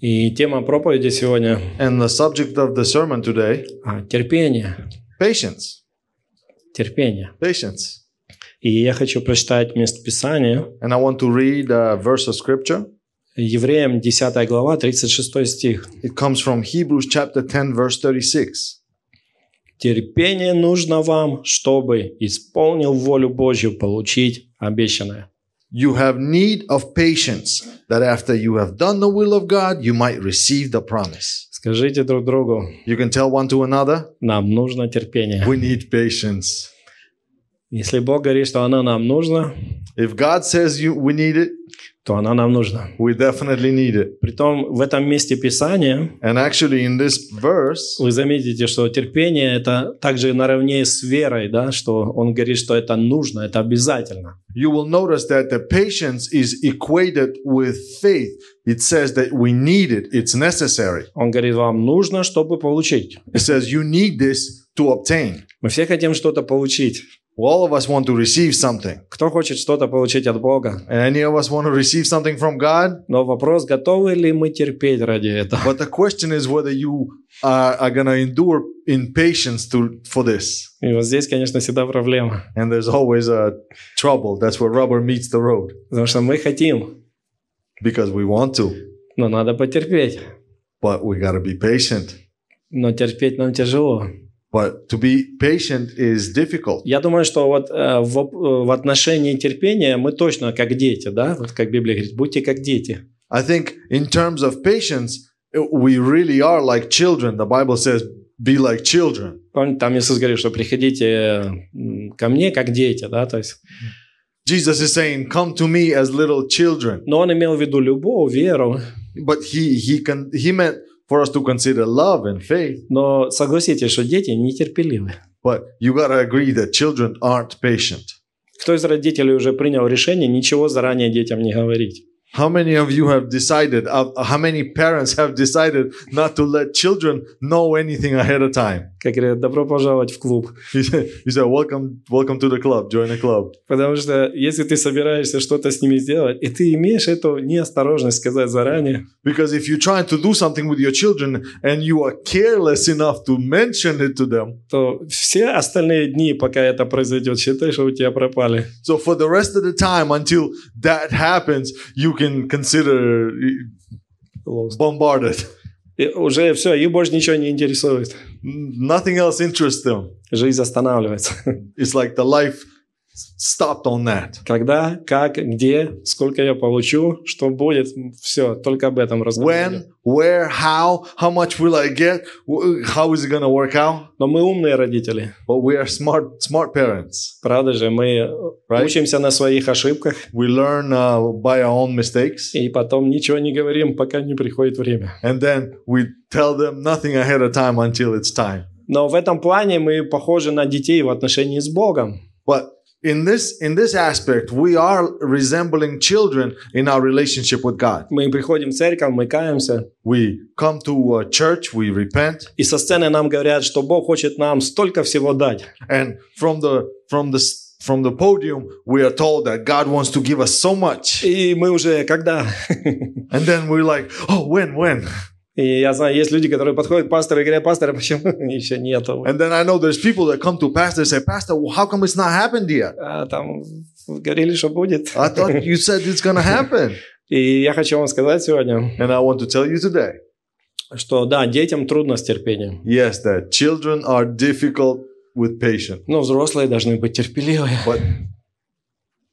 И тема проповеди сегодня And the subject of the sermon today а, терпение. patience. Терпение. Patience. И я хочу прочитать местописание And I want to read a verse of scripture. Евреям 10 глава, 36 стих. It comes from Hebrews chapter 10, verse 36. Терпение нужно вам, чтобы исполнил волю Божью получить обещанное. You have need of patience, that after you have done the will of God, you might receive the promise. Скажите друг другу, You can tell one to another, нам нужно терпение. we need patience. Если Бог говорит, что оно нам нужно, If God says you we need it, то оно нам нужно. we definitely need it. Притом в этом месте Писания And actually, in this verse, вы заметите, что терпение это также наравне с верой, да, что он говорит, что это нужно, это обязательно. you will notice that the patience is equated with faith. It says that we need it, it's necessary. Он говорит, вам нужно, чтобы получить. It says you need this to obtain. Мы все хотим что-то получить. All of us want to receive something, Кто хочет что-то получить от Бога? and any of us want to receive something from God. Но вопрос, готовы ли мы терпеть ради этого? But the question is whether you are, are going to endure in patience to, for this. И вот здесь, конечно, всегда проблема. And there's always a trouble. That's where rubber meets the road Потому что мы хотим, because we want to, но надо потерпеть. but we got to be patient. Но терпеть нам тяжело. But to be patient is difficult. Я думаю, что вот э, в, оп- э, в отношении терпения мы точно как дети, да? Вот как Библия говорит, будьте как дети. I think in terms of patience, it- we really are like children. The Bible says, be like children. Помните, там Иисус говорит, что приходите э, м, ко мне как дети, да? То есть, Jesus is saying, come to me as little children. но он имел в виду любовь, веру. But he he con- he meant for us to consider love and faith. Но согласитесь, что дети нетерпеливы. But you gotta agree that children aren't patient. Кто из родителей уже принял решение ничего заранее детям не говорить? How many of you have decided? Uh, how many parents have decided not to let children know anything ahead of time? Как говорят, добро пожаловать в клуб. You said, you said welcome, welcome to the club. Join the club. Потому что если ты собираешься что-то с ними сделать, и ты имеешь эту неосторожность сказать заранее, Because if you're trying to do something with your children and you are careless enough to mention it to them, то все остальные дни, пока это произойдет, считай, что у тебя пропали. so for the rest of the time until that happens, you can consider uh, bombarded. И уже все, и больше ничего не интересует. Nothing else interests them. Жизнь останавливается. It's like the life stopped on that. Когда, как, где, сколько я получу, что будет, все, только об этом разговариваем. When, where, how, how much will I get? Wh- How is it going to work out? Но мы умные родители, But we are smart, smart parents, правда же, мы right? учимся на своих ошибках, We learn uh, by our own mistakes, И потом ничего не говорим, пока не приходит время. and then we tell them nothing ahead of time until it's time. Но в этом плане мы похожи на детей в отношении с Богом. But in this in this aspect, we are resembling children in our relationship with God. Мы приходим в церковь, мы каемся. We come to uh, church, we repent, И со сцены нам говорят, что Бог хочет нам столько всего дать. And from the from the from the podium, we are told that God wants to give us so much, И мы уже когда? and then we're like, "Oh, when, when?" И я знаю, есть люди, которые подходят к пастору и говорят, пастор, а почему еще нету? And then I know there's people that come to pastor and say, "Pastor, well, how come it's not happened yet? А там говорили, что будет. I thought you said it's gonna happen." И я хочу вам сказать сегодня, And I want to tell you today, что да, детям трудно с терпением. yes, that children are difficult with patience, Но взрослые должны быть терпеливы. but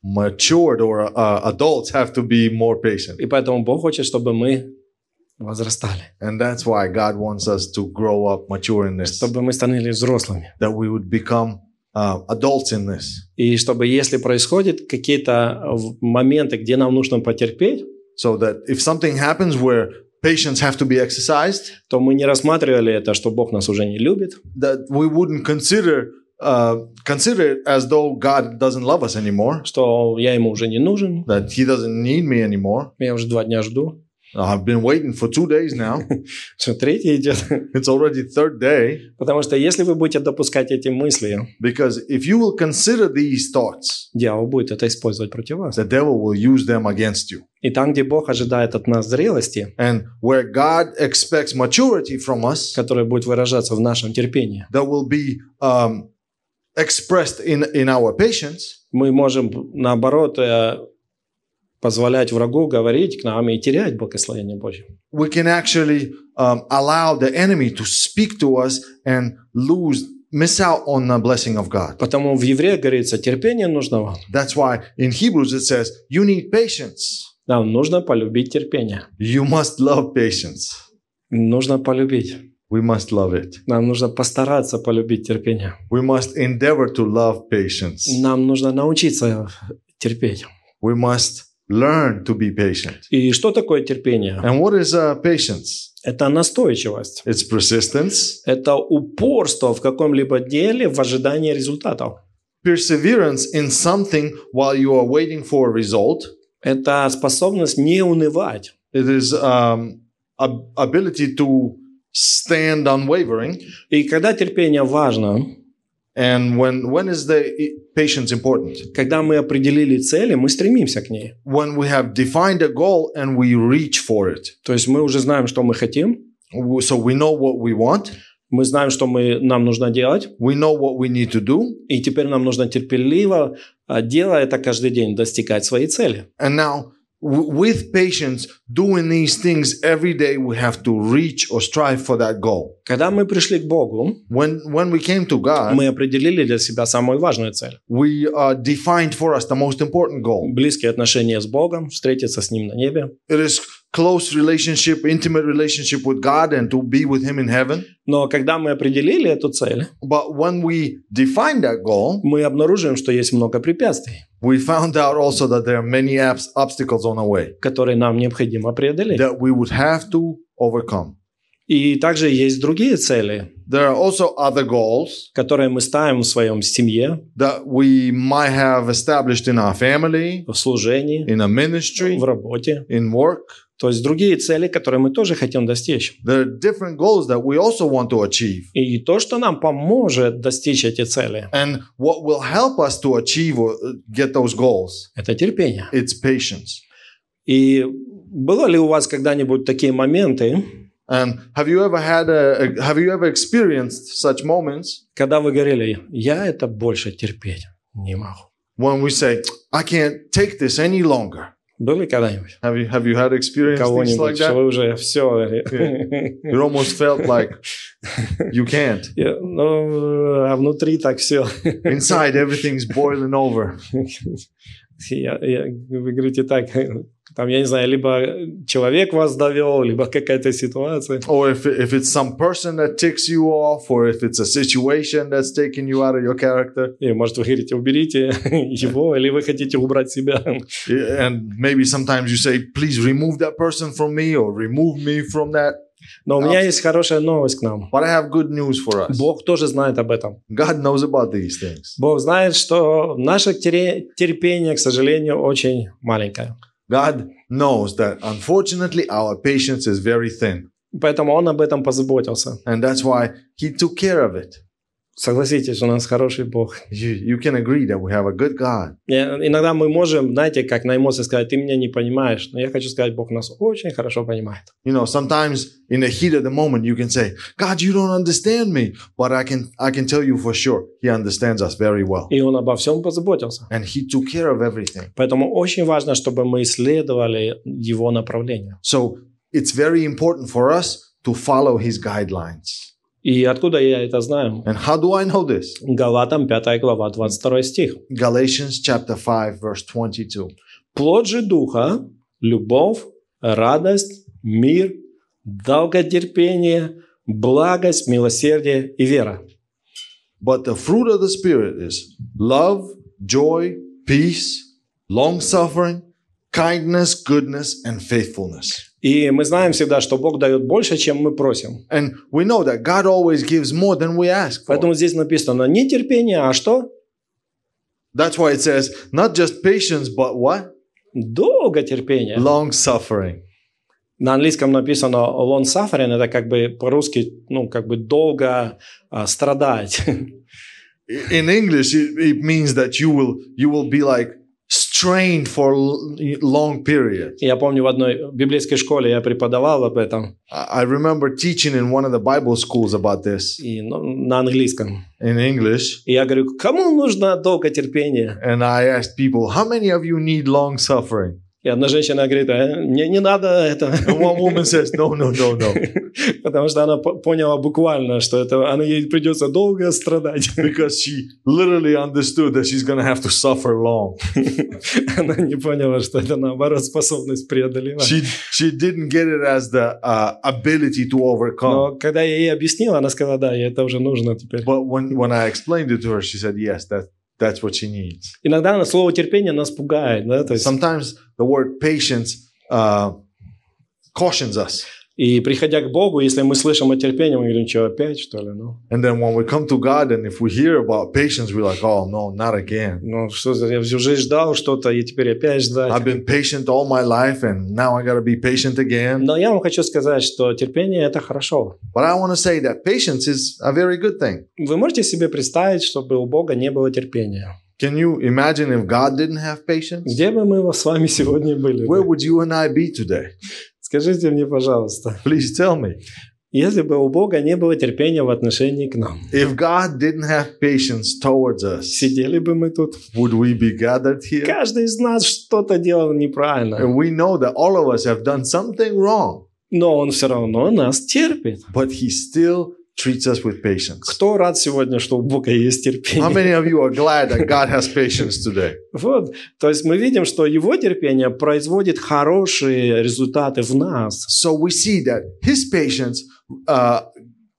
matured or uh, adults have to be more patient, И поэтому Бог хочет, чтобы мы возрастали. and that's why God wants us to grow up, mature in this, чтобы мы становились взрослыми. that we would become uh, adults in this. И чтобы, если происходят какие-то э, в- моменты, где нам нужно потерпеть, so that if something happens where patients have to be exercised, то мы не рассматривали это, что Бог нас уже не любит, that we wouldn't consider uh, consider it as though God doesn't love us anymore, что я ему уже не нужен, that He doesn't need me anymore, я уже два дня жду. I've been waiting for two days now. Что третий идет. It's already third day Потому что если вы будете допускать эти мысли, because if you will consider these thoughts, дьявол будет это использовать против вас. the devil will use them against you. И там, где Бог ожидает от нас зрелости, And where God expects maturity from us, которая будет выражаться в нашем терпении, that will be um, expressed in, in our patience, мы можем, наоборот, э, позволять врагу говорить к нам и терять благословение Божье. we can actually um, allow the enemy to speak to us and lose, miss out on the blessing of God. Потому в Евреях говорится, терпение нужно вам. That's why in Hebrews it says, you need patience. Нам нужно полюбить терпение. You must love patience. Нужно полюбить. We must love it. Нам нужно постараться полюбить терпение. We must endeavor to love patience. Нам нужно научиться терпеть. We must learn to be patient. И что такое терпение? And what is uh, patience? Это настойчивость. It's persistence. Это упорство в каком-либо деле в ожидании результатов. Perseverance in something while you are waiting for a result. Это способность не унывать. It is um, ab- ability to stand unwavering. И когда терпение важно, And when when is the i- patience important? когда мы определили цели, мы стремимся к ней. When we have defined a goal and we reach for it. То есть мы уже знаем, что мы хотим, W- So we know what we want. мы знаем, что мы, нам нужно делать, We know what we need to do. и теперь нам нужно терпеливо, а, делая это каждый день, достигать своей цели. And now, w- with patience, doing these things every day, we have to reach or strive for that goal. Когда мы пришли к Богу, When when we came to God, мы определили для себя самую важную цель. we uh, defined for us the most important goal. Близкие отношения с Богом, встретиться с Ним на небе. It is close relationship, intimate relationship with God, and to be with Him in heaven. Но когда мы определили эту цель, But when we define that goal, мы обнаруживаем, что есть много препятствий, we found out also that there are many abs- obstacles on our way которые нам необходимо преодолеть. that we would have to overcome. И также есть другие цели, There are also other goals которые мы ставим в своем семье, that we might have established in our family, в служении, in a ministry, в работе. in work. То есть другие цели, которые мы тоже хотим достичь. There are different goals that we also want to achieve. И то, что нам поможет достичь эти цели, And what will help us to achieve or uh, get those goals, это терпение. it's patience. И было ли у вас когда-нибудь такие моменты, And have you ever had a, a- have you ever experienced such moments когда вы говорили, я это больше терпеть не могу? when we say, I can't take this any longer? Были когда-нибудь? Have you have you had experience things Кого-нибудь, like что that? вы уже все... You almost felt like you can't. Ну, а внутри так все. Inside everything's boiling over. Я- я- вы говорите так, там, я не знаю, либо человек вас довел, либо какая-то ситуация. Or if, if it's some person that ticks you off, or if it's a situation that's taking you out of your character. И, может, вы говорите, уберите его, или вы хотите убрать себя. and maybe sometimes you say please remove that person from me or remove me from that Но у меня есть хорошая новость к нам. but i have good news for us Бог тоже знает об этом. god knows about these things Бог знает, что наше тере- терпение, к сожалению, очень маленькое. god knows that unfortunately our patience is very thin Поэтому Он об этом позаботился. and that's why he took care of it Согласитесь, у нас хороший Бог. you, you can agree that we have a good god Э, Иногда мы можем, знаете, как на эмоции сказать, ты меня не понимаешь, но я хочу сказать, Бог нас очень хорошо понимает. you know sometimes in the heat of the moment you can say god you don't understand me but i can i can tell you for sure he understands us very well И Он обо всем позаботился. and he took care of everything Поэтому очень важно, чтобы мы исследовали Его направление. So it's very important for us to follow his guidelines. И откуда я это знаю? And how do I know this? Галатам 5 глава 22 стих. Galatians chapter 5 verse 22. Плод же Духа – любовь, радость, мир, долготерпение, благость, милосердие и вера. But the fruit of the spirit is love, joy, peace, long suffering, kindness, goodness and faithfulness. И мы знаем всегда, что Бог дает больше, чем мы просим. And we know that God always gives more than we ask for. Поэтому здесь написано не терпение, а что? That's why it says not just patience but what? Долготерпение. Long suffering. На английском написано long suffering, это как бы по-русски, ну, как бы долго а, страдать. In English, it, it means that you will you will be like strained for l- long period. Я помню, в одной библейской школе я преподавал об этом I I remember teaching in one of the Bible schools about this и, ну, на английском. in English, И я говорю, кому нужно долго терпение? and I asked people, "How many of you need long suffering?" И одна женщина говорит, «Э, мне не надо это, And one woman says, "No, no, no, no," потому что она по- поняла буквально, что это, она ей придется долго страдать. because she literally understood that she's gonna have to suffer long. Она не поняла, что это наоборот способность преодолевать. She she didn't get it as the uh, ability to overcome. Но когда я ей объяснил, она сказала, да, ей это уже нужно теперь. But when when I explained it to her, she said, "Yes, that that's what she needs." Иногда на- слово терпение нас пугает, да, то есть, Sometimes the word patience uh, cautions us. и приходя к Богу, если мы слышим о терпении, мы говорим, что опять, что ли, ну, And then when we come to God and if we hear about patience, we're like, oh no, not again. ну что за, я всю жизнь ждал что-то, и теперь опять ждать. I've been patient all my life and now I gotta be patient again. А, Но я вам хочу сказать, что терпение – это хорошо. But I wanna say that patience is a very good thing. Вы можете себе представить, чтобы у Бога не было терпения? Can you imagine if God didn't have patience? Где бы мы с вами сегодня были? Where бы? would you and I be today? Скажите мне, пожалуйста, Please tell me. если бы у Бога не было терпения в отношении к нам, If God didn't have patience towards us, сидели бы мы тут? would we be gathered here? Каждый из нас что-то делал неправильно, And we know that all of us have done something wrong. но Он все равно нас терпит. but he still treats us with patience. Кто рад сегодня, что у Бога есть терпение? How many of you are glad that God has patience today? Вот. То есть мы видим, что его терпение производит хорошие результаты в нас. So we see that his patience uh,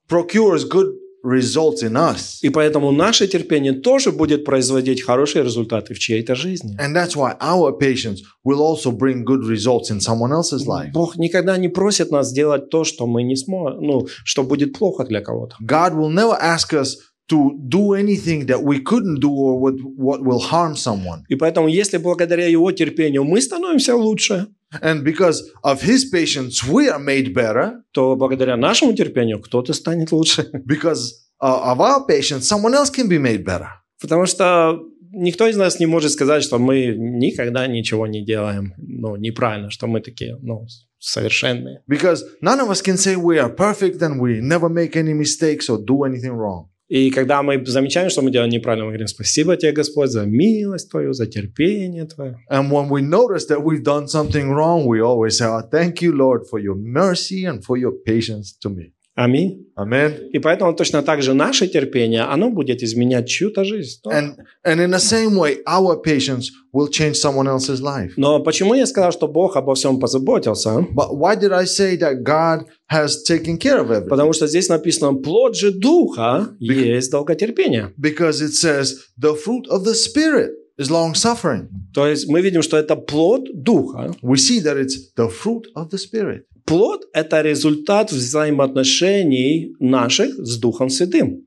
procures good results in us. И поэтому наше терпение тоже будет производить хорошие результаты в чьей-то жизни. And that's why our patience will also bring good results in someone else's life. Ну, Бог никогда не просит нас делать то, что мы не сможем, ну, что будет плохо для кого-то. God will never ask us to do anything that we couldn't do or what, what will harm someone. И поэтому, если благодаря его терпению мы становимся лучше, And because of his patience, we are made better. то благодаря нашему терпению кто-то станет лучше. Because uh, of our patience, someone else can be made better. Потому что никто из нас не может сказать, что мы никогда ничего не делаем, ну, неправильно, что мы такие, ну, совершенные. Because none of us can say we are perfect and we never make any mistakes or do anything wrong. И когда мы замечаем, что мы делаем неправильно, мы говорим, спасибо тебе, Господь, за милость твою, за терпение твое. And when we notice that we've done something wrong, we always say, oh, Thank you, Lord, for your mercy and for your patience to me. Аминь. Amen. И поэтому точно так же наше терпение, оно будет изменять чью-то жизнь. And and in the same way, our patience will change someone else's life. Но почему я сказал, что Бог обо всем позаботился? But why did I say that God has taken care of everything? Потому что здесь написано, плод же духа есть долготерпение. Because it says the fruit of the spirit is long suffering. То есть мы видим, что это плод духа. We see that it's the fruit of the spirit. Плод – это результат взаимоотношений наших с Духом Святым.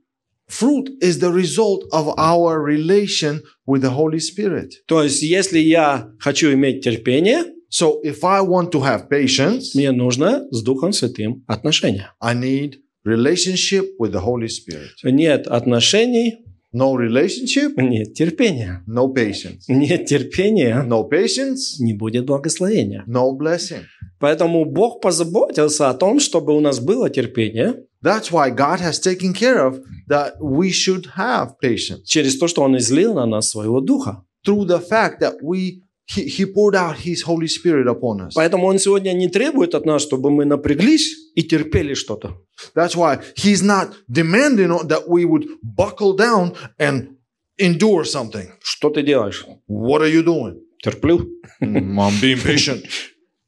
Fruit is the result of our relation with the Holy Spirit. То есть если я хочу иметь терпение, So if I want to have patience, мне нужно с Духом Святым отношения. I need relationship with the Holy Spirit. Нет отношений, No relationship, нет терпения. no patience. Нет терпения, No patience, не будет благословения. no blessing. Поэтому Бог позаботился о том, чтобы у нас было терпение That's why God has taken care of that we should have patience через то, что Он излил на нас своего Духа. through the fact that we he, he poured out his Holy Spirit upon us. Поэтому Он сегодня не требует от нас, чтобы мы напряглись и терпели что-то. That's why he's not demanding that we would buckle down and endure something. Что ты делаешь? What are you doing? Терплю. Mm, I'm being patient.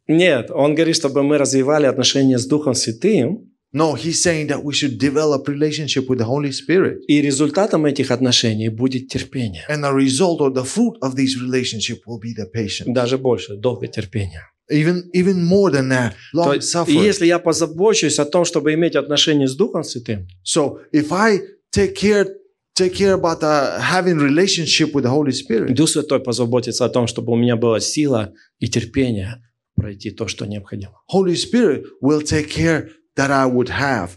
Нет, Он говорит, чтобы мы развивали отношения с Духом Святым, No, he's saying that we should develop relationship with the Holy Spirit. и результатом этих отношений будет терпение. And the result or the fruit of these relationship will be the patient. Даже больше, долгое терпение. Even even more than that, То long есть, и suffering. если я позабочусь о том, чтобы иметь отношения с Духом Святым, So if I take care take care about uh, having relationship with the Holy Spirit, Дух Святой позаботится о том, чтобы у меня была сила и терпение пройти то, что необходимо. Holy Spirit will take care that I would have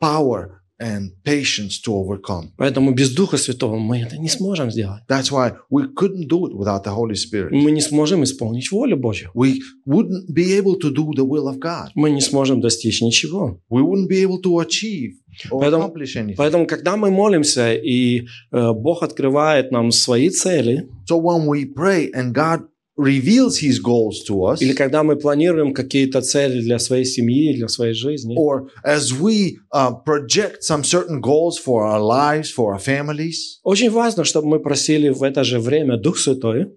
power and patience to overcome. Поэтому без Духа Святого мы это не сможем сделать. That's why we couldn't do it without the Holy Spirit. Мы не сможем исполнить волю Божью. We wouldn't be able to do the will of God. Мы не сможем достичь ничего. We wouldn't be able to achieve or Поэтому- accomplish anything. Поэтому, когда мы молимся, и э, Бог открывает нам свои цели, So when we pray and God reveals his goals to us, или когда мы планируем какие-то цели для своей семьи, для своей жизни, or as we uh, project some certain goals for our lives, for our families, очень важно, чтобы мы просили в это же время Дух Святой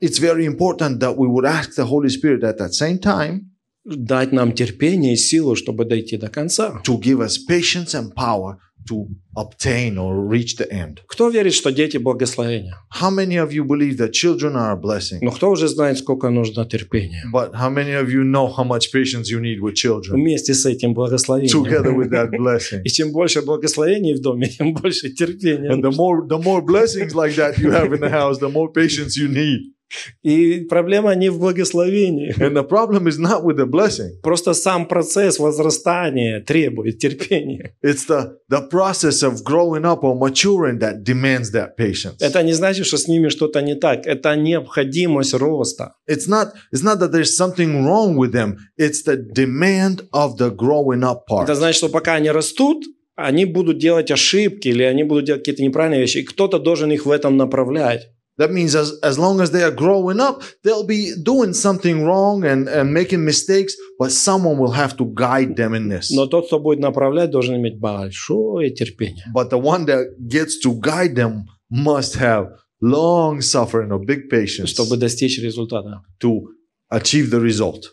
it's very important that we would ask the Holy Spirit at that same time дать нам терпение и силу, чтобы дойти до конца. to give us patience and power to obtain or reach the end. Кто верит, что дети благословения? How many of you believe that children are a blessing? Но кто уже знает, сколько нужно терпения? But how many of you know how much patience you need with children Вместе с этим together with благословением. that blessing? И чем больше благословений в доме, тем больше терпения. And the more the more blessings like that you have in the house, the more patience you need. И проблема не в благословении. And the problem is not with the blessing. Просто сам процесс возрастания требует терпения. It's the the process of growing up or maturing that demands that patience. Это не значит, что с ними что-то не так. Это необходимость роста. It's not it's not that there's something wrong with them. It's the demand of the growing up part. Это значит, что пока они растут, они будут делать ошибки или они будут делать какие-то неправильные вещи. И кто-то должен их в этом направлять. That means as, as long as they are growing up, they'll be doing something wrong and, and making mistakes, but someone will have to guide them in this. Но тот, кто будет направлять, должен иметь большое терпение. But the one that gets to guide them must have long suffering or big patience чтобы достичь результата. to achieve the result.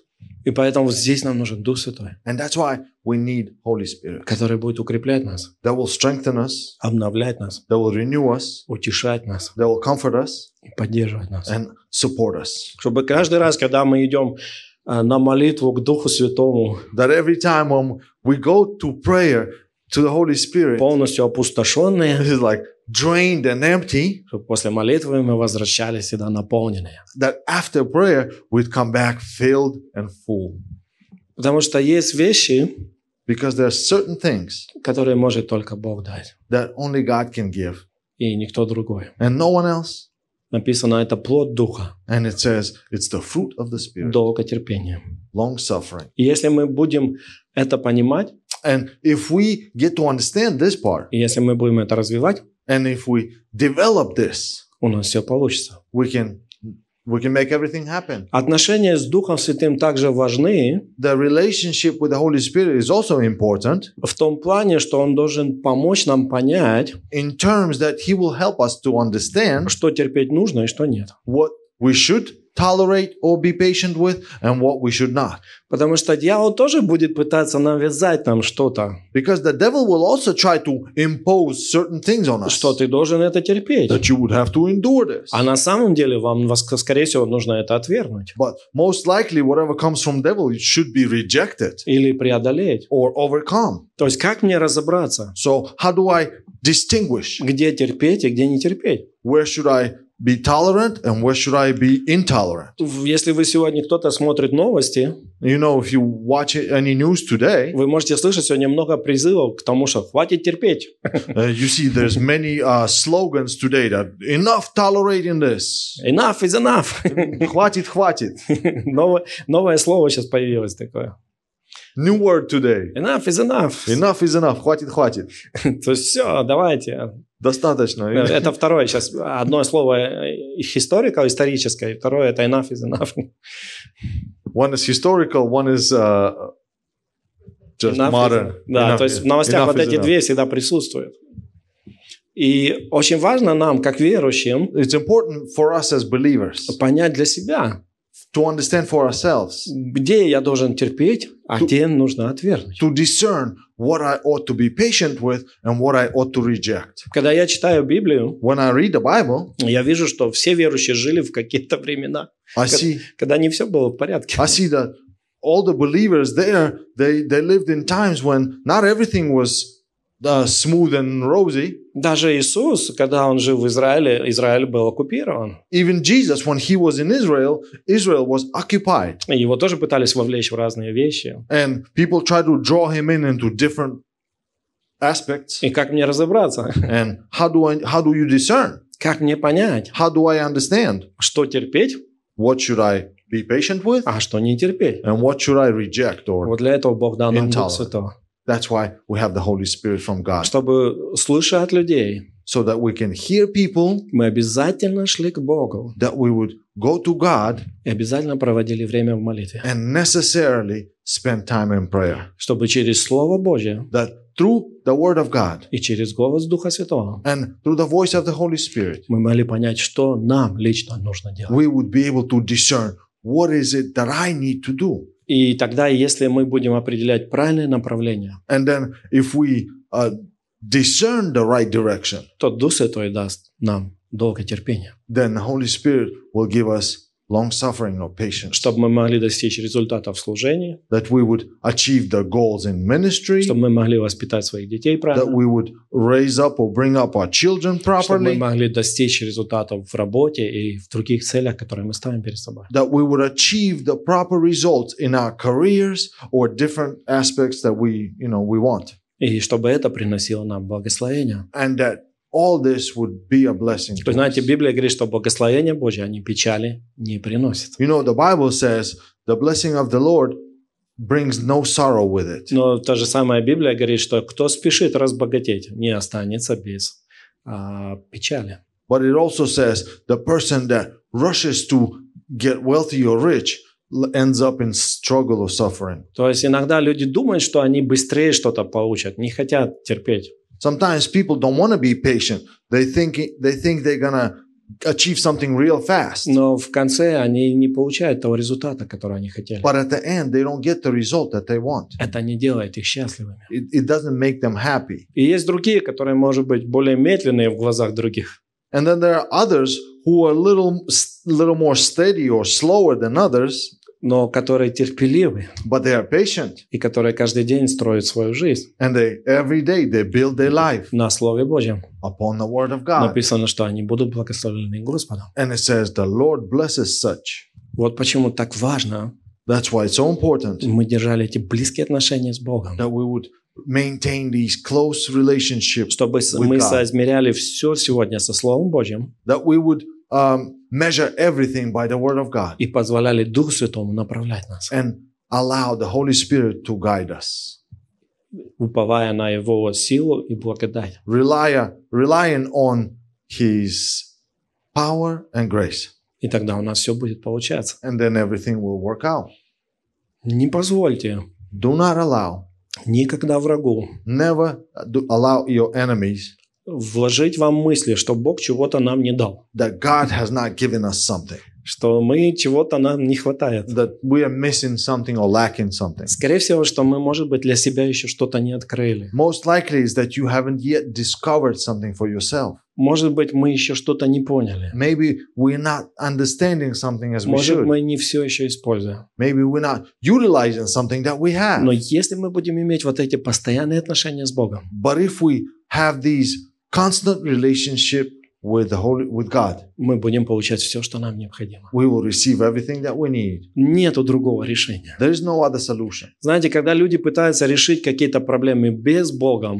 И поэтому здесь нам нужен Дух Святой, And that's why we need Holy Spirit который будет укреплять нас, that will strengthen us, обновлять нас, that will renew us, утешать нас that will comfort us и поддерживать нас. and support us. Чтобы каждый раз, когда мы идем э, на молитву к Духу Святому, That every time when we go to prayer to the Holy Spirit, полностью опустошенные, this is like drained and empty. чтобы после молитвы мы возвращались всегда наполненные. that after prayer we'd come back filled and full Потому что есть вещи, because there are certain things которые может только Бог дать, that only God can give и никто другой. and no one else Написано, это плод Духа, and it says it's the fruit of the spirit долго терпение. long suffering И если мы будем это понимать, and if we get to understand this part и если мы будем это развивать, and if we develop this у нас все получится. we can we can make everything happen Отношения с Духом Святым также важны the relationship with the holy spirit is also important в том плане, что Он должен помочь нам понять, in terms that he will help us to understand что терпеть нужно и что нет. what we should tolerate or be patient with and what we should not Потому что дьявол тоже будет пытаться навязать нам что-то, Because the devil will also try to impose certain things on us. что ты должен это терпеть. That you would have to endure this. А на самом деле вам, вас- скорее всего, нужно это отвергнуть But most likely, whatever comes from devil, it should be rejected или преодолеть. or overcome. То есть как мне разобраться, So how do I distinguish? где терпеть и где не терпеть? Where should I be tolerant and where should I be intolerant? В- Если вы сегодня кто-то смотрит новости, You know, if you watch any news today, вы можете слышать сегодня много призывов к тому, что хватит терпеть. uh, you see there's many uh, slogans today that enough tolerating this. Enough is enough. Хватит, хватит. Новое, новое слово сейчас появилось такое. New word today. Enough is enough. Enough is enough. Хватит, хватит. То есть все, давайте. Достаточно. Это второе сейчас. Одно слово э, историка, историческое, и второе это enough is enough. One is historical, one is uh, just Enough is modern. enough. Да, Enough то есть is- в новостях enough вот is эти enough. две всегда присутствуют. И очень важно нам, как верующим, It's important for us as believers понять для себя, to understand for ourselves, где я должен терпеть, а Ту- где нужно отвергнуть. to discern what I ought to be patient with and what I ought to reject. Когда я читаю Библию, When I read the Bible, я вижу, что все верующие жили в какие-то времена, I see когда не все было в порядке. I see that all the believers there they they lived in times when not everything was uh, smooth and rosy. Даже Иисус, когда он жил в Израиле, Израиль был оккупирован. Even Jesus, when he was in Israel, Israel was occupied, И его тоже пытались вовлечь в разные вещи. and people tried to draw him in into different aspects. И как мне разобраться? and how do I? How do you discern? Как мне понять, How do I understand? что терпеть, What should I be patient with, а что не терпеть? and what should I reject? Or Вот для этого Бог дал нам Дух Intolerant. Святого. that's why we have the Holy Spirit from God, Чтобы, слыша от людей, so that we can hear people, мы обязательно шли к Богу that we would go to God и обязательно проводили время в молитве. and necessarily spend time in prayer. Чтобы через Слово Божье That through the Word of God и через голос Духа Святого and through the voice of the Holy Spirit, мы могли понять, что нам лично нужно делать. we would be able to discern what is it that I need to do. И тогда, если мы будем определять правильное направление, And then if we uh, discern the right direction, то Дух Святой даст нам долгое терпение, then the Holy Spirit will give us long suffering or patience, чтобы мы могли достичь результата в служении, that we would achieve the goals in ministry, чтобы мы могли воспитать своих детей that правильно, we would raise up or bring up our children чтобы мы properly, могли достичь результатов в работе и в других целях, которые мы ставим перед собой. that we would achieve the proper results in our careers or different aspects that we, you know, we want. И чтобы это приносило нам благословение. and that all this would be a blessing. То To есть, знаете, us. Библия говорит, что благословение Божье, они печали не приносят. You know, the Bible says the blessing of the Lord brings no sorrow with it. Но та же самая Библия говорит, что кто спешит разбогатеть, не останется без а, печали. But it also says the person that rushes to get wealthy or rich l- ends up in struggle or suffering. То есть иногда люди думают, что они быстрее что-то получат, не хотят терпеть. Sometimes people don't want to be patient. They think they think they're gonna achieve something real fast. Но в конце они не получают того результата, который они хотели. But at the end, they don't get the result that they want. Это не делает их счастливыми. It, it doesn't make them happy. И есть другие, которые, может быть, более медленные в глазах других. And then there are others who are a little, little more steady or slower than others, но которые терпеливы but they are patient и которые каждый день строят свою жизнь and they every day they build their life на Слове Божьем. upon the word of God. Написано, что они будут благословлены Господом. And it says, "The Lord blesses such." Вот почему так важно, That's why it's so important мы держали эти близкие отношения с Богом, that we would maintain these close relationships, чтобы с- мы соизмеряли все сегодня со Словом Божьим that we would um, measure everything by the word of God, и позволяли Духу Святому направлять нас. and allow the Holy Spirit to guide us. уповая на Его силу и благодать. Rely, relying on His power and grace. И тогда у нас все будет получаться. and then everything will work out. Не позвольте Do not allow, никогда врагу never do allow your enemies вложить вам мысли, что Бог чего-то нам не дал, that God has not given us something, что мы чего-то нам не хватает. that we are missing something or lacking something. Скорее всего, что мы, может быть, для себя еще что-то не открыли. Most likely is that you haven't yet discovered something for yourself. Может быть, мы еще что-то не поняли. Maybe we're not understanding something as we Может, should. мы не все еще используем. Maybe we're not utilizing something that we have. Но если мы будем иметь вот эти постоянные отношения с Богом, But if we have these constant relationship with the Holy with God, мы будем получать все, что нам необходимо. we will receive everything that we need. Нету другого решения. There is no other solution. Знаете, когда люди пытаются решить какие-то проблемы без Бога,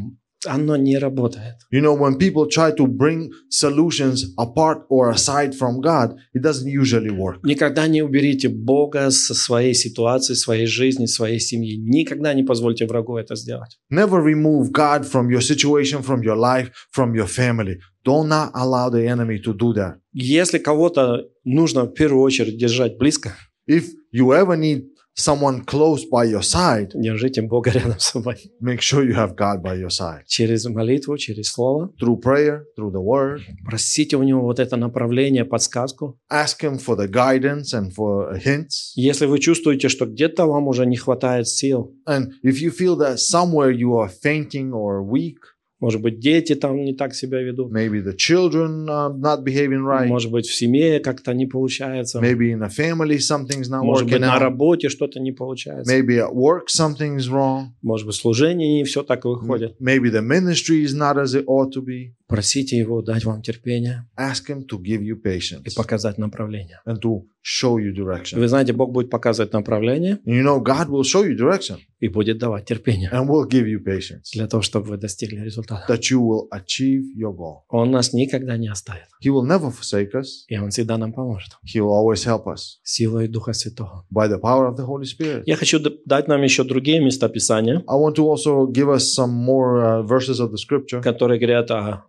оно не работает. You know, when people try to bring solutions apart or aside from God, it doesn't usually work. Никогда не уберите Бога со своей ситуации, своей жизни, своей семьи. Никогда не позвольте врагу это сделать. Never remove God from your situation, from your life, from your family. Do not allow the enemy to do that. Если кого-то нужно в первую очередь держать близко, If you ever need someone close by your side, держите Бога рядом с собой. make sure you have God by your side. Через молитву, через слово. Through prayer, through the word, Просите у него вот это направление, подсказку. ask Him for the guidance and for hints. Если вы чувствуете, что где-то вам уже не хватает сил, And if you feel that somewhere you are fainting or weak, Может быть, дети там не так себя ведут. Maybe the children are not behaving right. Может быть, в семье как-то не получается. Maybe in the family something's not Может быть, working на out. работе что-то не получается. Maybe at work something's wrong. Может быть, служение не все так выходит. Maybe the ministry is not as it ought to be. Просите его дать вам терпение Ask Him to give you и patience показать направление. and to show you И direction. Вы знаете, Бог будет показывать направление And you know, God will show you direction и будет давать терпение and will give you patience для того, чтобы вы достигли результата. that you will achieve your goal. Он нас никогда не оставит, He will never forsake us, и Он всегда нам поможет. He will always help us Силой Духа Святого. by the power of the Holy Spirit. Я хочу д- дать нам еще другие места Писания, I want to also give us some more uh, verses of the scripture которые говорят о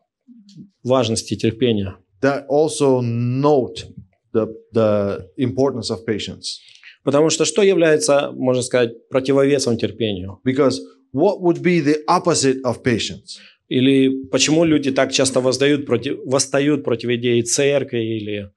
важности терпения. that also note the, the importance of patience. Потому что что является, можно сказать, противовесом терпению? Because what would be the opposite of patience? Или почему люди так часто воздают против, восстают против идеи церкви или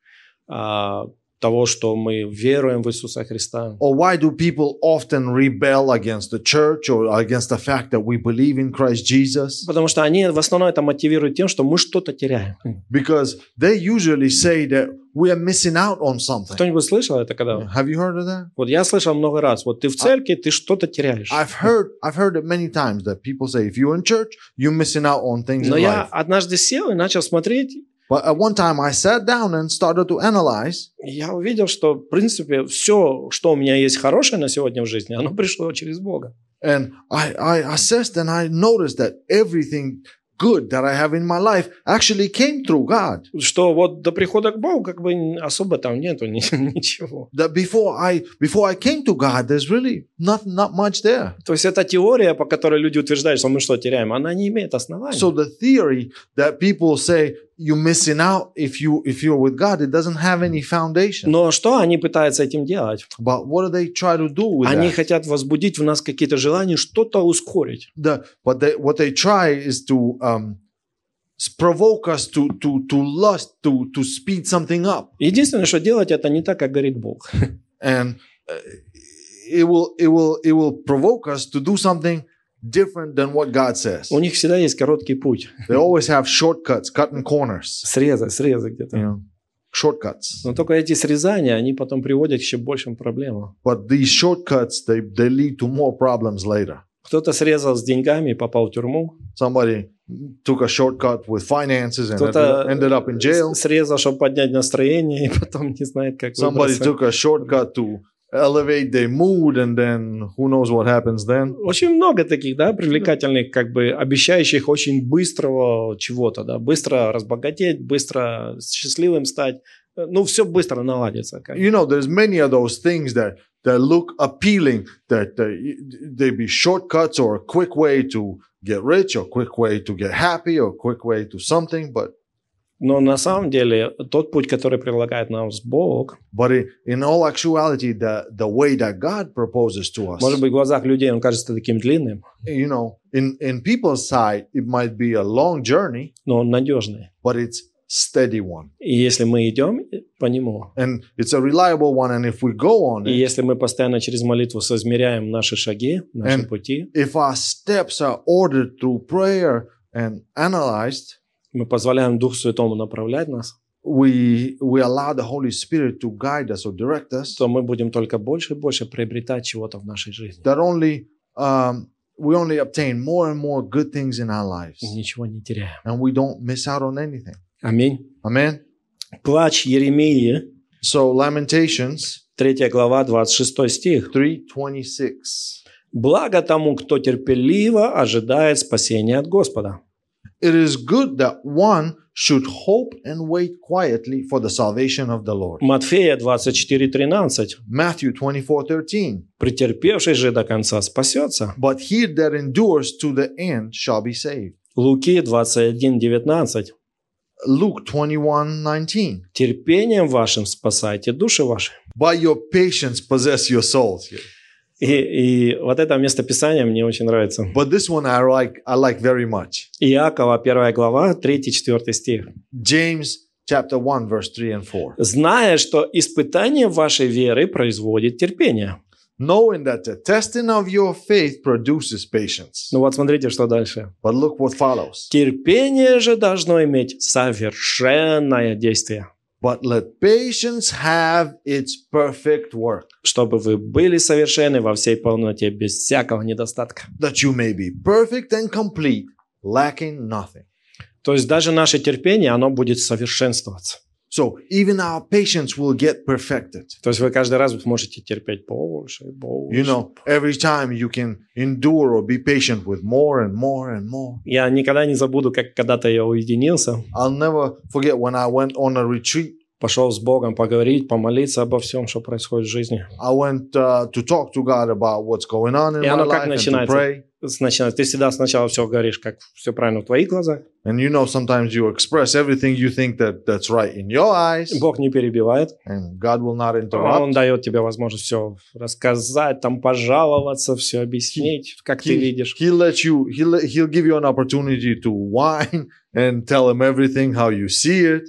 а, того, что мы веруем в Иисуса Христа? Or why do people often rebel against the church or against the fact that we believe in Christ Jesus? Потому что они в основном это мотивируют тем, что мы что-то теряем. Because they usually say that we are missing out on something. Кто-нибудь слышал это когда? Have you heard of that? Вот я слышал много раз. Вот ты в церкви, ты что-то теряешь. I've heard I've heard it many times that people say if you're in church, you're missing out on things Но in я life. однажды сел и начал смотреть, But at one time I sat down and started to analyze и я увидел, что, в принципе, все, что у меня есть хорошее на сегодня в жизни, оно пришло через Бога. and I, I assessed and I noticed that everything good that I have in my life actually came through God. Что вот до прихода к Богу как бы особо там нету ни- ничего. That before I before I came to God, there's really not not much there. То есть эта теория, по которой люди утверждают, что мы что теряем, она не имеет основания. So the theory that people say you're missing out if you if you're with God, it doesn't have any foundation. Но что они пытаются этим делать? But what do they try to do with Они that? хотят возбудить в нас какие-то желания, что-то ускорить. the but they what they try is to um s- provoke us to to to lust to to speed something up Единственное, что делать, это не так, как говорит Бог. and uh, it will it will it will provoke us to do something different than what god says У них всегда есть короткий путь. they always have shortcuts cutting corners Срезы, срезы you где-то. know shortcuts Но только эти срезания, они потом приводят к еще большим проблемам. but these shortcuts they they lead to more problems later Кто-то срезал с деньгами и попал в тюрьму. somebody took a shortcut with finances and Кто-то ended, ended up in jail с- срезал, чтобы поднять настроение, и потом не знает, как Somebody выбраться. took a shortcut to elevate their mood, and then who knows what happens then. Очень много таких, да, привлекательных, как бы обещающих очень быстрого чего-то, да, быстро разбогатеть, быстро счастливым стать. Э, Ну, все быстро наладится. как бы. You know, there's many of those things that that look appealing, that they, they be shortcuts or a quick way to get rich, or quick way to get happy, or quick way to something. But Но на самом деле тот путь, который предлагает нам Бог, but in, in all actuality, the the way that God proposes to us, может быть, в глазах людей он кажется таким длинным, you know, in in people's sight, it might be a long journey, но он надежный. but it's steady one, И если мы идем по нему, and it's a reliable one. And if we go on и it. если мы постоянно через молитву соизмеряем наши шаги, наши And- пути, if our steps are ordered through prayer and analyzed, мы позволяем Духу Святому направлять нас, we we allow the Holy Spirit to guide us or direct us. то мы будем только больше и больше приобретать чего-то в нашей жизни. That only um, we only obtain more and more good things in our lives, И ничего не теряем. and we don't miss out on anything. Аминь. Amen. Плач Еремии, So Lamentations 3 глава, 26 стих. three twenty six. «Благо тому, кто терпеливо ожидает спасения от Господа». It is good that one should hope and wait quietly for the salvation of the Lord. Матфея 24, 13. Matthew twenty four thirteen. «Претерпевший же до конца спасется». But he that endures to the end shall be saved. Луки 21, 19. Luke 21 19. «Терпением вашим спасайте души ваши». By your patience possess your souls. И, и вот это местописание мне очень нравится. But this one I like, I like very much. Иакова 1 глава, 3-4 стих. James chapter 1, verse 3 and 4. «Зная, что испытание вашей веры производит терпение». knowing that the testing of your faith produces patience. Ну вот смотрите, что дальше. But look what follows. Терпение же должно иметь совершенное действие, But let patience have its perfect work, чтобы вы были совершенны во всей полноте, без всякого недостатка. that you may be perfect and complete, lacking nothing. То есть даже наше терпение, оно будет совершенствоваться. So even our patience will get perfected. То есть вы каждый раз можете терпеть больше и больше. You know, every time you can endure or be patient with more and more and more. Я никогда не забуду, как когда-то я уединился, I'll never forget when I went on a retreat. пошел с Богом поговорить, помолиться обо всем, что происходит в жизни. I went uh, to talk to God about what's going on in И my оно как life and to начинается? pray. Сначала, ты всегда сначала все говоришь, как все правильно в твоих глазах. And you know, sometimes you express everything you think that that's right in your eyes, Бог не перебивает. and God will not А Он interrupt. дает тебе возможность все рассказать, там пожаловаться, все объяснить, как ты видишь. He'll let you. He'll let- he'll give you an opportunity to whine and tell him everything how you see it.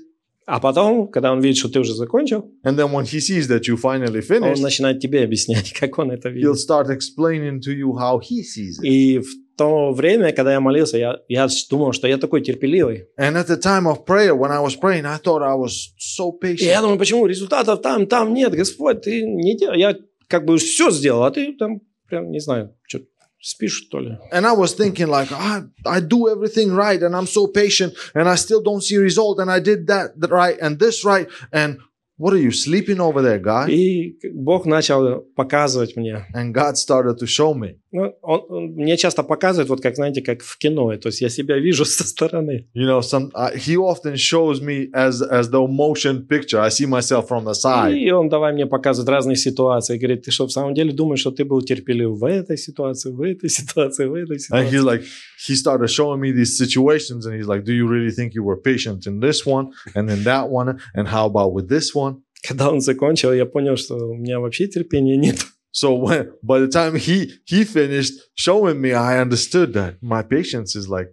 А потом, когда он видит, что ты уже закончил, And then when he sees that you finally он finished, начинает тебе объяснять, как он это he'll видит. start explaining to you how he sees it. И в то время, когда я молился, я, я думал, что я такой терпеливый. And at the time of prayer, when I was praying, I thought I was so И я patient. думаю, почему результатов там, там нет, Господь, ты не дел... Я как бы все сделал, а ты там прям, не знаю, что спишь, что ли? And I was thinking like, I, I do everything right and I'm so patient and I still don't see result. And I did that right and this right. And what are you sleeping over there, God? И Бог начал показывать мне. And God started to show me. Ну, он, он мне часто показывает, вот как, знаете, как в кино. То есть я себя вижу со стороны. You know, some uh, he often shows me as as the motion picture. I see myself from the side. И он давай мне показывает разные ситуации. Говорит, ты что, в самом деле думаешь, что ты был терпелив в этой ситуации, в этой ситуации, в этой And ситуации? he's like, he started showing me these situations, and he's like, "Do you really think you were patient in this one, and in that one, and how about with this one?" Когда он закончил, я понял, что у меня вообще терпения нет. So when by the time he he finished showing me, I understood that my patience is like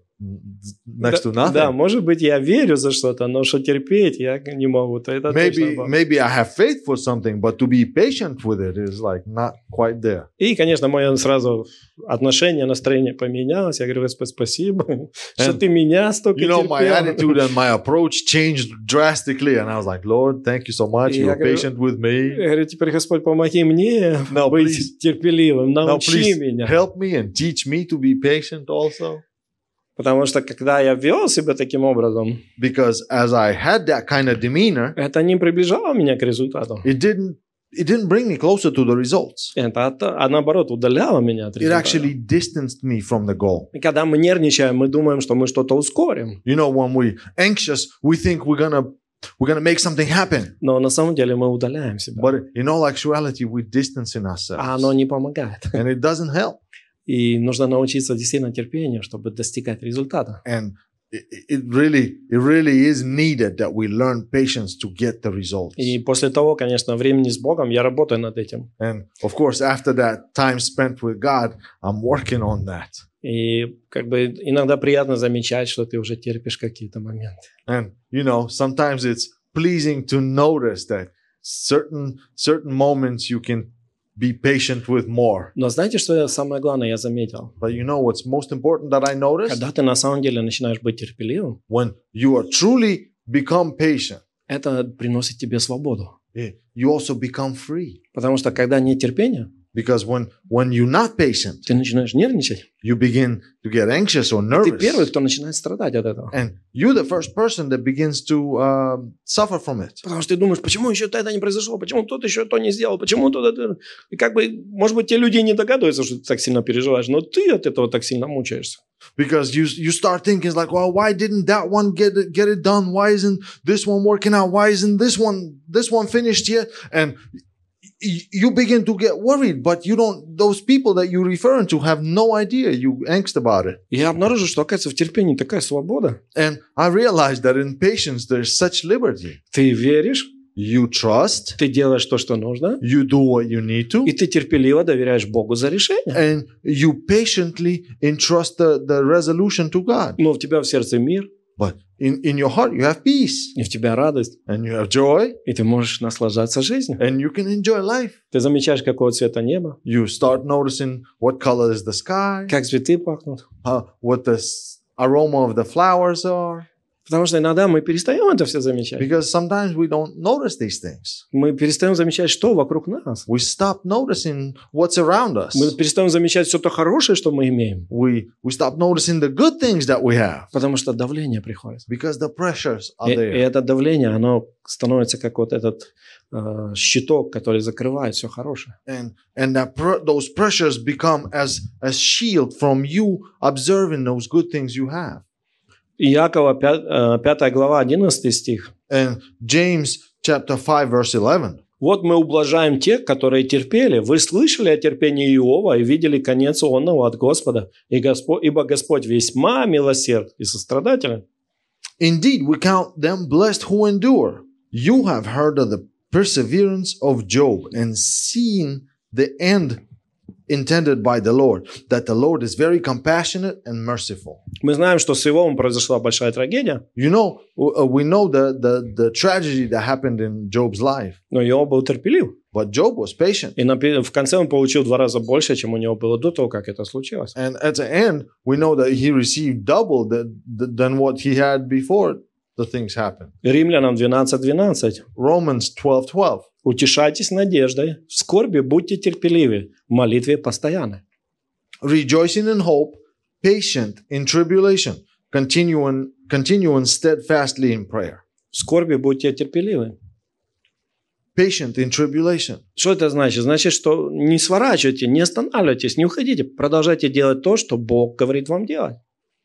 да, next to nothing. да, может быть, я верю за что-то, но что терпеть я не могу. То это точно maybe было. maybe I have faith for something, but to be patient with it is like not quite there. И, конечно, мое сразу отношение, настроение поменялось. Я говорю, Господь, спасибо, что And, ты меня столько You know, my терпел». attitude and my approach changed drastically, and I was like, Lord, thank you so much. Yeah, You I were gotta- patient with me. Я говорю, теперь, Господь, помоги мне No, быть please. терпеливым, Now научи please меня. help me and teach me to be patient also. Потому что, когда я вел себя таким образом, Because as I had that kind of demeanor, это не приближало меня к результату. it didn't it didn't bring me closer to the results. Это, от- а наоборот, удаляло меня от It результата. actually distanced me from the goal. И когда мы нервничаем, мы думаем, что мы что-то ускорим. You know, when we anxious, we think we're gonna we're gonna make something happen. Но на самом деле мы удаляем себя. But in all actuality, we're distancing А оно ourselves. не помогает. And it doesn't help. И нужно научиться действительно терпению, чтобы достигать результата. And it, it really, it really is needed that we learn patience to get the results. И после того, конечно, времени с Богом, я работаю над этим. And of course, after that time spent with God, I'm working on that. И как бы иногда приятно замечать, что ты уже терпишь какие-то моменты. And you know, sometimes it's pleasing to notice that certain certain moments you can be patient with more. Но знаете, что я- самое главное я заметил? But you know what's most important that I noticed? Когда ты на самом деле начинаешь быть терпеливым, When you are truly become patient, это приносит тебе свободу. eh, you also become free. Потому что когда нет терпения, Because when when you're not patient, ты начинаешь нервничать. you begin to get anxious or Ты первый, nervous. кто начинает страдать от этого. And you're the first person that begins to um, suffer from it. Потому что ты думаешь, почему еще это не произошло, почему тот еще то не сделал, почему тот это... И как бы, может быть, те люди и не догадываются, что ты так сильно переживаешь, но ты от этого так сильно мучаешься. because you you start thinking like well why didn't that one get it, get it done why isn't this one working out why isn't this one this one finished yet and y- you begin to get worried but you don't those people that you're referring to have no idea you angst about it И я обнаружил, что, оказывается, в терпении такая свобода. and i realized that in patience there's such liberty Ты веришь, you trust ты делаешь то, что нужно, you do what you need to и ты терпеливо доверяешь Богу за решение. and you patiently entrust the, the resolution to god Но в тебя в сердце мир, but in, in your heart you have peace и в тебя радость, and you have joy и ты можешь наслаждаться жизнью. and you can enjoy life Ты замечаешь, какого цвета небо, you start noticing what color is the sky как цветы пахнут. uh, what the s- aroma of the flowers are Потому что иногда мы перестаем это все замечать. because sometimes we don't notice these things Мы перестаем замечать, что вокруг нас. we stop noticing what's around us Мы перестаем замечать все то хорошее, что мы имеем. we we stop noticing the good things that we have Потому что давление приходит. because the pressures И, are и there это давление, оно становится как вот этот э, щиток, который закрывает все хорошее. and and that pr- those pressures become as a shield from you observing those good things you have Иакова, 5, 5 глава, 11 стих. and James chapter 5 verse 11 «Вот мы ублажаем тех, которые терпели. Вы слышали о терпении Иова и видели конец онного от Господа, и Госпо- ибо Господь весьма милосерд и сострадателен». indeed we count them blessed who endure you have heard of the perseverance of Job and seen the end intended by the Lord that the Lord is very compassionate and merciful Мы знаем, что с Иовом произошла большая трагедия, you know w- uh, we know the, the the tragedy that happened in Job's life но Иов был терпелив. but Job was patient И напи- в конце он получил в два раза больше, чем у него было до того, как это случилось. and at the end we know that he received double the, the, than what he had before the things happened Римлянам 12.12. 12. Romans 12 12 Утешайтесь надеждой, в скорби будьте терпеливы, в молитве постоянны. rejoicing in hope, patient in tribulation, continuing, continuing steadfastly in prayer. В скорби будьте терпеливы. Patient in tribulation. Что это значит? Значит, что не сворачивайте, не останавливайтесь, не уходите. Продолжайте делать то, что Бог говорит вам делать.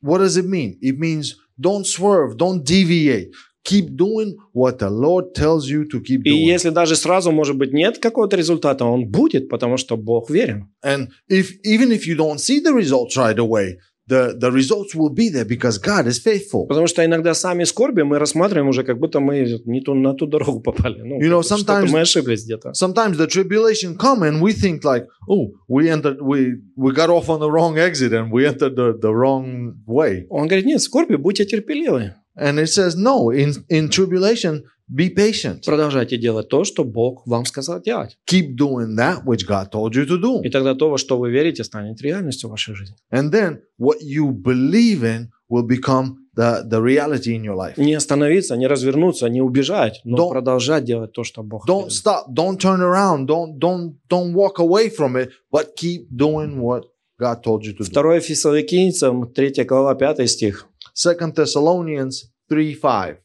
What does it mean? It means don't swerve, don't deviate. Keep doing what the Lord tells you to keep И doing. если даже сразу, может быть, нет какого-то результата, он будет, потому что Бог верен. And if even if you don't see the results right away, the, the results will be there because God is faithful. Потому что иногда сами скорби мы рассматриваем уже, как будто мы не ту, на ту дорогу попали. Ну, You know, что-то sometimes- мы ошиблись где-то. Sometimes the tribulation come and we think like, oh, we entered we we got off on the wrong exit and we entered the, the wrong way. Он говорит, нет, в скорби будьте терпеливы. And it says, no, in, in tribulation, be patient. Продолжайте делать то, что Бог вам сказал делать. Keep doing that which God told you to do. И тогда то, во что вы верите, станет реальностью в вашей жизни. And then what you believe in will become the, the reality in your life. Не остановиться, не развернуться, не убежать, но Don't- продолжать делать то, что Бог Don't делает. stop. Don't turn around. Don't don't don't walk away from it, but keep doing what God told you to do. 2 Фессалоникийцам, 3 глава, 5 стих. Second Thessalonians 3 5.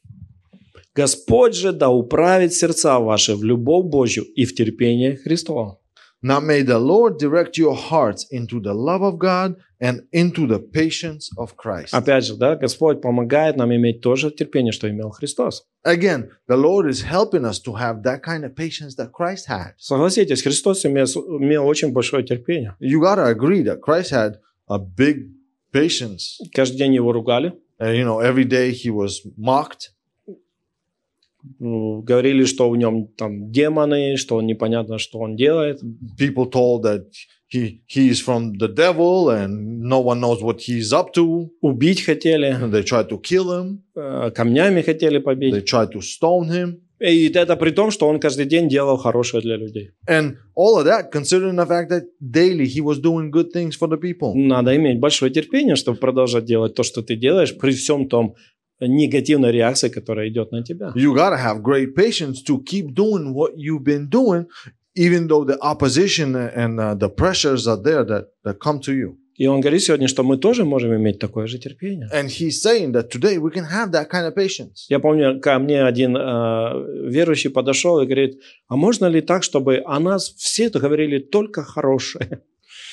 «Господь же да управит сердца ваши в любовь Божью и в терпение Христово». Now may the Lord direct your hearts into the love of God and into the patience of Christ. Опять же, да, Господь помогает нам иметь то же терпение, что имел Христос. Again, the Lord is helping us to have that kind of patience that Christ had. Согласитесь, Христос имел, имел очень большое терпение. You gotta agree that Christ had a big patience. Каждый день его ругали, And you know, every day he was mocked. ну, говорили, что в нем там демоны, что он непонятно, что он делает. People told that he he's from the devil and no one knows what he's up to. Убить хотели, And they tried to kill him. э, камнями хотели They побить. tried to stone him. И это при том, что он каждый день делал хорошее для людей. And all of that, considering the fact that daily he was doing good things for the people. Надо иметь большое терпение, чтобы продолжать делать то, что ты делаешь, при всем том негативной реакции, которая идет на тебя. You gotta have great patience to keep doing what you've been doing, even though the opposition and uh, the pressures are there that, that come to you. И он говорит сегодня, что мы тоже можем иметь такое же терпение. And he's saying that today we can have that kind of patience. Я помню, ко мне один э, верующий подошел и говорит, а можно ли так, чтобы о нас все говорили только хорошее?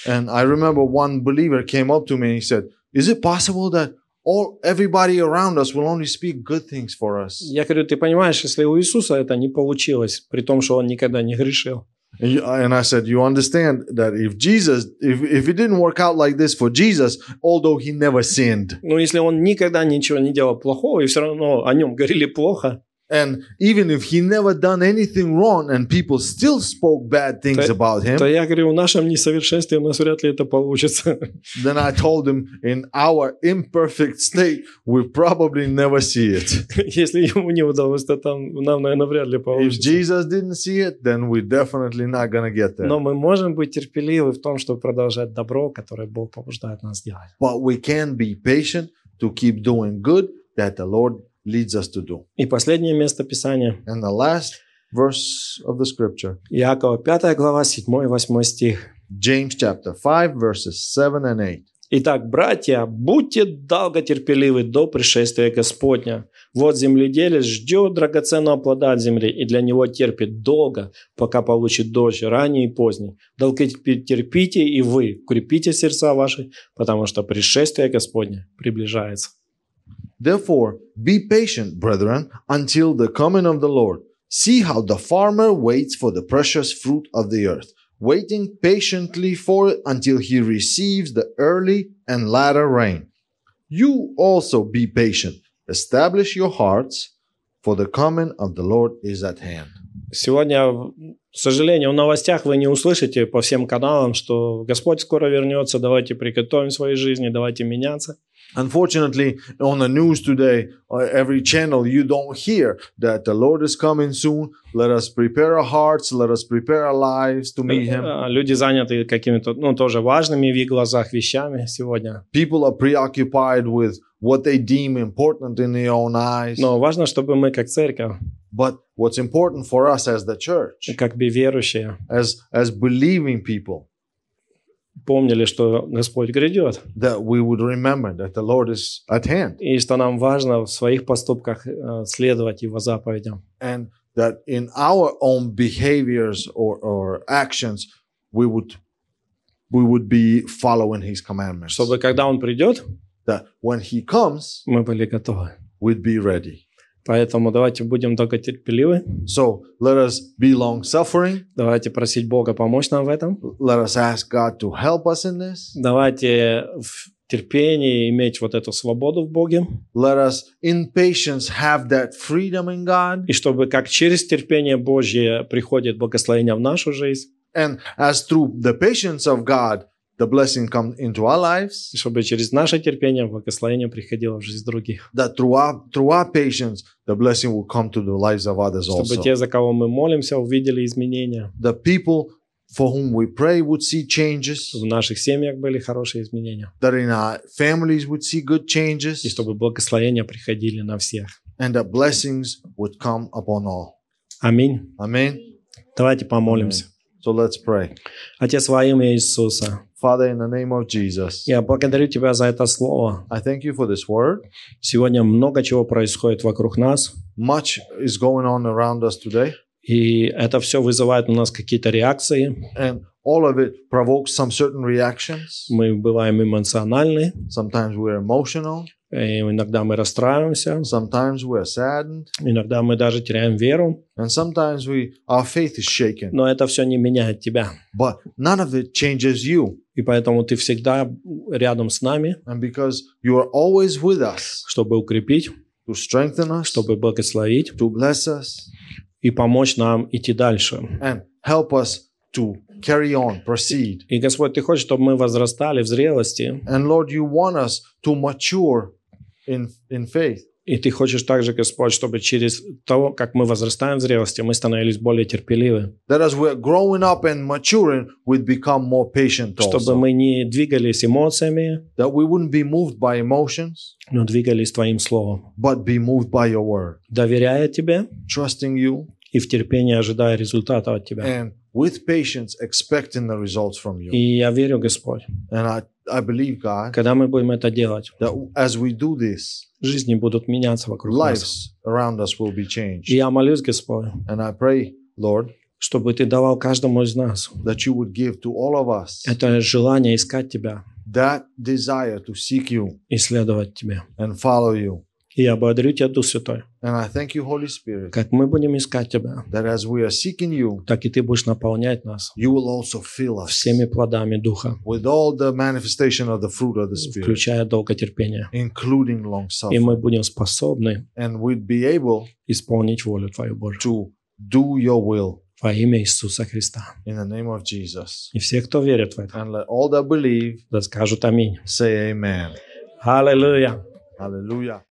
And I remember one believer came up to me and he said, "Is it possible that all everybody around us will only speak good things for us?" Я говорю, ты понимаешь, если у Иисуса это не получилось, при том, что он никогда не грешил, And, you- and I said, "You understand that if Jesus, if if it didn't work out like this for Jesus, although he never sinned, ну, Но если он никогда ничего не делал плохого, и все равно о нем говорили плохо, And even if he never done anything wrong and people still spoke bad things Та- about him, Да я говорю, в нашем несовершенстве у нас вряд ли это получится. then I told him in our imperfect state, we probably never see it. Если ему не удалось, то там нам, наверное, вряд ли If получится. Jesus didn't see it, then we're definitely not gonna get there. Но мы можем быть терпеливы в том, чтобы продолжать добро, которое Бог побуждает нас делать. But we can be patient to keep doing good that the Lord leads us to do. И последнее место Писания. And the last verse of the scripture, Иакова 5 глава, 7 и 8 стих. James chapter 5, verses 7 and 8. Итак, братья, будьте долготерпеливы до пришествия Господня. Вот земледелец ждет драгоценного плода от земли, и для него терпит долго, пока получит дождь ранний и поздний. Долготерпите и вы, крепите сердца ваши, потому что пришествие Господне приближается. Therefore, be patient, brethren, until the coming of the Lord. See how the farmer waits for the precious fruit of the earth, waiting patiently for it until he receives the early and latter rain. You also be patient, establish your hearts, for the coming of the Lord is at hand. Сегодня, в- к сожалению, в новостях вы не услышите по всем каналам, что Господь скоро вернется, давайте приготовим свои жизни, давайте меняться. Unfortunately, on the news today, uh, every channel you don't hear that the Lord is coming soon. Let us prepare our hearts, let us prepare our lives to meet Him. Э, Люди заняты какими-то, ну, тоже важными в их глазах вещами сегодня. people are preoccupied with what they deem important in their own eyes. Но важно, чтобы мы как церковь, But what's important for us as the church, как бы верующие, as as believing people, помнили, что Господь грядет. that we would remember that the Lord is at hand И что нам важно в своих поступках э, следовать Его заповедям. and that in our own behaviors or, or actions we would we would be following his commandments. Чтобы когда Он придет, that when he comes, мы были готовы. we'd be ready. Поэтому давайте будем только терпеливы. So let us be long suffering. Давайте просить Бога помочь нам в этом. Let us ask God to help us in this. Давайте э, в терпении иметь вот эту свободу в Боге. Let us in patience have that freedom in God. И чтобы как через терпение Божье приходит благословение в нашу жизнь, And as through the patience of God, the blessing comes into our и lives, чтобы через наше терпение благословение приходило в жизнь других. that through our through our patience, the blessing will come to the lives of others Чтобы also. те, за кого мы молимся, увидели изменения. The people for whom we pray would see changes, Чтобы в наших семьях были хорошие изменения. that in our families would see good И changes, чтобы благословения приходили на всех. and that blessings would come upon all. Аминь. Amen. Давайте помолимся. So let's pray. Отец во имя Иисуса, Father, in the name of Jesus, я благодарю Тебя за это слово. I thank you for this word. Сегодня много чего происходит вокруг нас. Much is going on around us today. И это все вызывает у нас какие-то реакции. and all of it provokes some certain reactions. Мы бываем эмоциональны, Sometimes we're emotional, и иногда мы расстраиваемся, sometimes we're saddened, иногда мы даже теряем веру, and sometimes we our faith is shaken. но это все не меняет тебя. But none of it changes you. И поэтому ты всегда рядом с нами, And because you are always with us чтобы укрепить, to strengthen us, чтобы благословить to bless us, и помочь нам идти дальше. and help us to carry on, proceed. И Господь, Ты хочешь, чтобы мы возрастали в зрелости, And Lord, you want us to mature in in faith. и Ты хочешь также, Господь, чтобы через то, как мы возрастаем в зрелости, мы становились более терпеливы, That as we're growing up and maturing, we'd become more patient чтобы also. мы не двигались эмоциями, That we wouldn't be moved by emotions, но двигались Твоим Словом. but be moved by your word, доверяя тебе trusting you и в терпении ожидая результата от тебя. and with patience expecting the results from you. И я верю, Господь, And I, I believe, God, когда мы будем это делать, that as we do this, жизни будут меняться вокруг нас. lives around us will be changed. И я молюсь, Господь, And I pray, Lord, чтобы Ты давал каждому из нас that you would give to all of us это желание искать Тебя that desire to seek you и следовать Тебе. and follow you. И я благодарю Тебя, Дух Святой, And I thank you, Holy Spirit, как мы будем искать Тебя, that as we are seeking you, так и Ты будешь наполнять нас you will also fill us всеми плодами Духа, with all the manifestation of the fruit of the Spirit, включая долготерпение. including long И suffering. мы будем способны And we'd be able исполнить волю Твою, Боже, to do your will во имя Иисуса Христа. in the name of Jesus. И все, кто верит в это, And let all that believe да скажут аминь. say amen. Аллилуйя! Hallelujah.